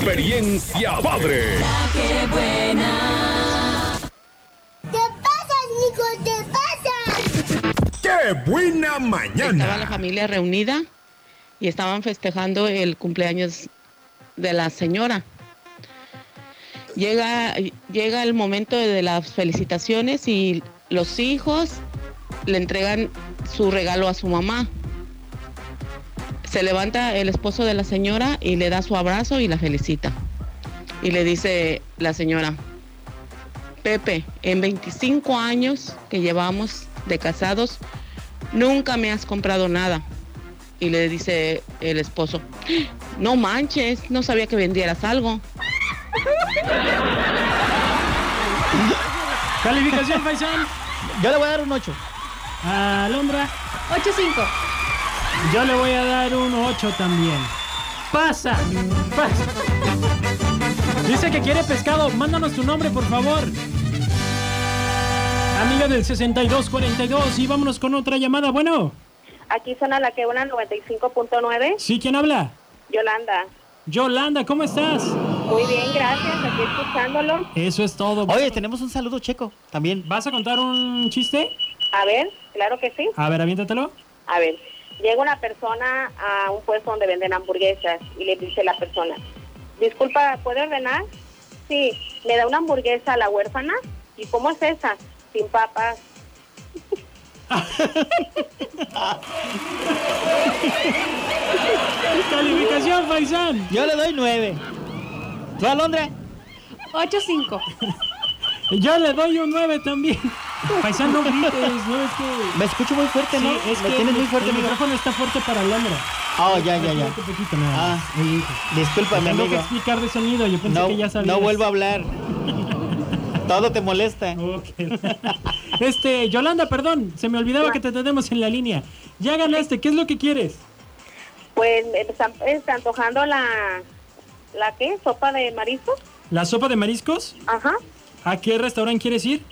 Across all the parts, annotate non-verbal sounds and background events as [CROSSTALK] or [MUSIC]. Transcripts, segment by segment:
Experiencia padre. qué buena. ¡Te pasas, Nico! ¡Te pasas! ¡Qué buena Estaba la mañana! familia reunida y estaban festejando el cumpleaños de la señora. Llega, llega el momento de las felicitaciones y los hijos le entregan su regalo a su mamá. Se levanta el esposo de la señora y le da su abrazo y la felicita. Y le dice la señora, Pepe, en 25 años que llevamos de casados, nunca me has comprado nada. Y le dice el esposo, "¡Ah! no manches, no sabía que vendieras algo. [LAUGHS] Calificación, Faisán. Yo le voy a dar un 8. A Alondra, 8-5. yo le voy a dar un 8 también. Pasa, pasa. Dice que quiere pescado. Mándanos tu nombre, por favor. Amiga del 6242 y vámonos con otra llamada. Bueno, Aquí suena la que una 95.9. sí, ¿quién habla? Yolanda. Yolanda, ¿cómo estás? Muy bien, gracias. Aquí escuchándolo. Eso es todo. Oye, tenemos un saludo checo también. ¿Vas a contar un chiste? A ver, claro que sí. A ver, aviéntatelo. A ver, llega una persona a un puesto donde venden hamburguesas y le dice la persona, disculpa, ¿puede ordenar? Sí, le da una hamburguesa a la huérfana. ¿Y cómo es esa? Sin papas. Calificación, Faisán. Yo le doy 9. ¿Tú, Alondra? 8-5. Yo le doy un 9 [LAUGHS] también. Faisán, no grites, no es que... Me escucho muy fuerte, ¿no? Sí, es Me que tienes el- muy fuerte, el amigo. micrófono está fuerte para Alondra. Ah, ya, ya, ya. Un poquito nada más. Ah, discúlpame, Tengo que amigo. explicar de sonido, yo pensé No, que ya sabías. no vuelvo a [LAUGHS] hablar. Todo te molesta. Ok. [LAUGHS] Este, Yolanda, perdón, se me olvidaba que te tenemos en la línea. Ya ganaste, ¿qué es lo que quieres? Pues me está, está antojando la... ¿La qué? ¿Sopa de marisco? ¿La sopa de mariscos? Ajá. ¿A qué restaurante quieres ir?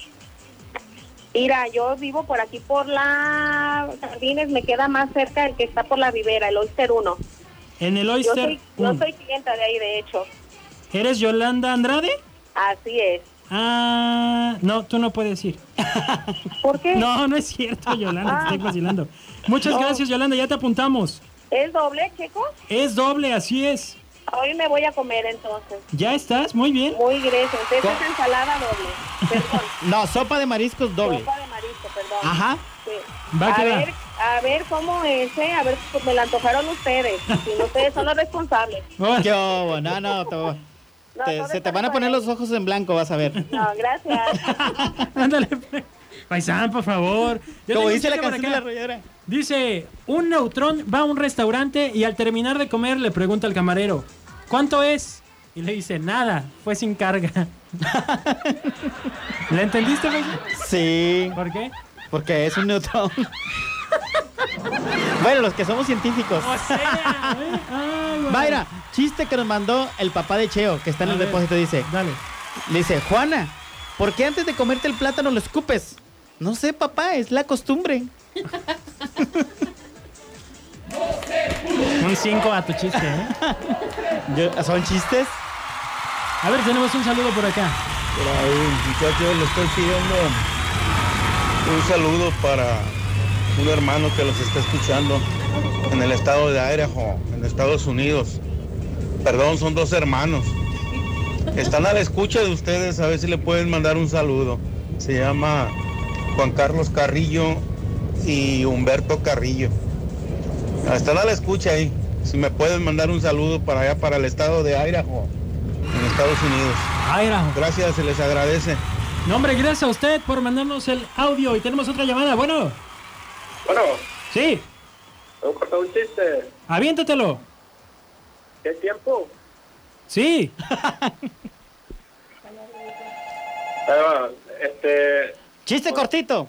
Mira, yo vivo por aquí, por la Jardines, me queda más cerca el que está por la Vivera, el Oyster 1. En el Yo Oyster. soy, yo Inn. soy clienta de ahí, de hecho. ¿Eres Yolanda Andrade? Así es. Ah, no, tú no puedes ir. ¿Por qué? No, no es cierto, Yolanda, te estoy vacilando. Muchas gracias, Yolanda, ya te apuntamos. ¿Es doble, chicos? Es doble, así es. Hoy me voy a comer entonces. Ya estás, muy bien. Muy gracias. Esta Co- es ensalada doble. Perdón. No, sopa de mariscos [LAUGHS] doble. Sopa de marisco, perdón. Ajá. Sí. Va a a, quedar. ver, a ver cómo es, ¿eh? A ver, pues, me la antojaron ustedes. Si no, ustedes son los responsables. Qué bobo. No, no, te- No, te- no se te van a responsables. poner los ojos en blanco, vas a ver. No, [LAUGHS] gracias. [LAUGHS] Ándale, pues. paisán, por favor. Ya tengo Como un dice la chiste por canción de acá. la arrolladora. Dice, un neutrón va a un restaurante y al terminar de comer le pregunta al camarero, ¿cuánto es? Y le dice, nada, fue sin carga. [LAUGHS] ¿La entendiste, paisán? Sí, ¿Por qué? porque es un neutrón. [LAUGHS] Bueno, los que somos científicos. O sea, ¿eh? Ay, güey. [LAUGHS] Mayra, chiste que nos mandó el papá de Cheo, que está en A el ver. depósito, dice. Dale. Le dice, Juana, ¿por qué antes de comerte el plátano lo escupes? No sé, papá, es la costumbre. Un 5 a tu chiste, ¿eh? Yo- ¿Son chistes? A ver, tenemos un saludo por acá. Por ahí, muchachos, le estoy pidiendo un saludo para un hermano que los está escuchando en el estado de Idaho, en Estados Unidos. Perdón, son dos hermanos. Están a la escucha de ustedes, a ver si le pueden mandar un saludo. Se llama Juan Carlos Carrillo y Humberto Carrillo. Están a la escucha ahí. Si me pueden mandar un saludo para allá, para el estado de Idaho, en Estados Unidos. Ay, Rajo. Gracias, se les agradece. No, hombre, gracias a usted por mandarnos el audio y tenemos otra llamada. Bueno, Bueno, sí, voy a contar un chiste. aviéntatelo. ¿Qué tiempo? Sí. Ahí va. Ah, Este, Chiste Oh. cortito.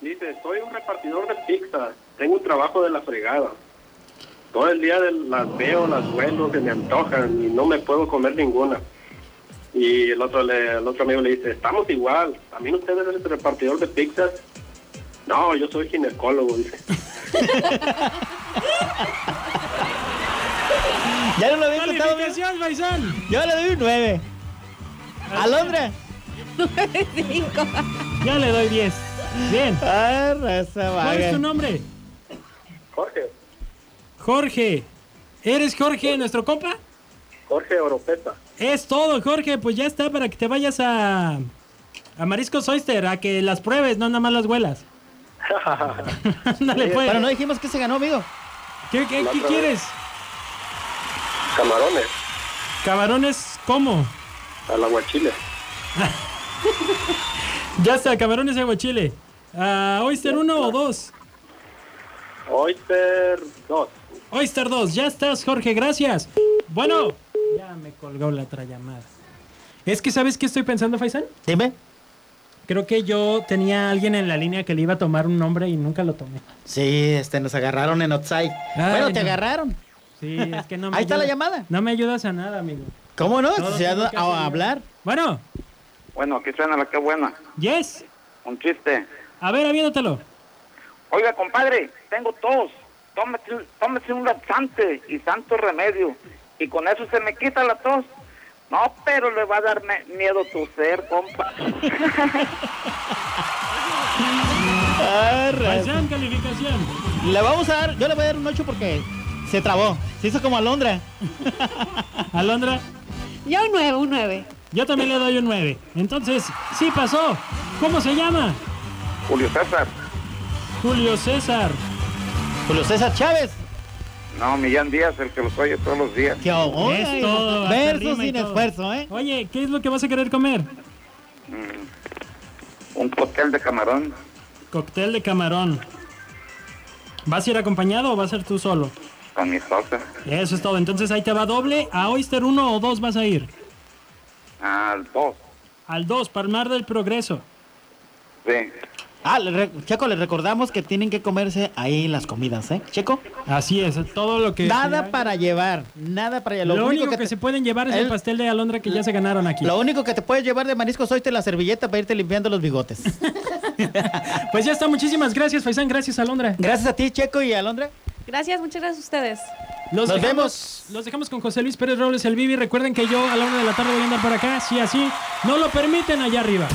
dice, soy un repartidor de pizza. Tengo un trabajo de la fregada. Todo el día de- las veo, las huelo, se me antojan y no me puedo comer ninguna. Y el otro, le- el otro amigo le dice, estamos igual. ¿También usted es el repartidor de pizzas? No, yo soy ginecólogo, dice. Ya no lo había contado, ¿verdad? Calificación, Faisán. Yo le doy un 9. Alondra. Cinco. Yo le doy 10. Bien. Ah, raza ¿Cuál es vaga. tu nombre? Jorge, Jorge. ¿Eres Jorge, nuestro compa? Jorge Oropeta. Es todo, Jorge. Pues ya está para que te vayas a. A Mariscos Oyster, a que las pruebes, no nada más las huelas. [LAUGHS] Ándale, pues. Pero no dijimos que se ganó, amigo. ¿Qué, qué- La qué otra quieres? Camarones, Camarones, ¿cómo? al aguachile. Ya está, camarones aguachile. Ah, ¿Oyster 1 o 2? Oyster 2. Oyster 2, ya estás, Jorge, gracias. Bueno, ya me colgó la otra llamada. Es que, ¿sabes qué estoy pensando, Faisán? Dime. Creo que yo tenía a alguien en la línea que le iba a tomar un nombre y nunca lo tomé. Sí, este, nos agarraron en Otsai. Ay, Bueno, no. te agarraron. Sí, es que no me Ahí está la ayudas- llamada. No me ayudas a nada, amigo. ¿Cómo no? Todo Se ha tiene dado que a ser. hablar. Bueno, Bueno, aquí suena la que buena. yes. Un chiste. A ver, aviéntatelo. Oiga, compadre, tengo tos. Tómese, un- tómese un laxante y santo remedio. Y con eso se me quita la tos. No, pero le va a dar me- miedo toser, compa. Ah, raza. Faisán, calificación. Le vamos a dar, yo le voy a dar un 8 porque se trabó. Se hizo como Alondra. Alondra, Yo un nueve, un nueve. yo también le doy un 9. Entonces, sí pasó. ¿Cómo se llama? Julio César. Julio César. Julio César Chávez. No, Millán Díaz, el que los oye todos los días. Que ahogó. Es todo, hasta Verso rima y sin todo. esfuerzo, ¿eh? Oye, ¿qué es lo que vas a querer comer? Mm. Un cóctel de camarón. Cóctel de camarón. ¿Vas a ir acompañado o vas a ir tú solo? Con mi esposa. Eso es todo. Entonces ahí te va doble. ¿A Oyster 1 o 2 vas a ir? Al Ah, dos. Al 2, Palmar del Progreso. Sí. Ah, le re- Checo, le recordamos que tienen que comerse ahí las comidas, ¿eh? Checo. Así es, todo lo que... Nada para llevar, nada para Lo, llevar. único, que, te- se pueden llevar es el, el- pastel de alondra que ya se ganaron aquí. [LAUGHS] Lo único que te puedes llevar de mariscos hoy te la servilleta para irte limpiando los bigotes. Pues ya está, muchísimas gracias Faisán, gracias Alondra. Gracias a ti, Checo y Alondra. Gracias, muchas gracias a ustedes. Los Nos dejamos- vemos. Los dejamos con José Luis Pérez Robles, el Vivi. Recuerden que yo a la una de la tarde voy a andar por acá, si así no lo permiten allá arriba.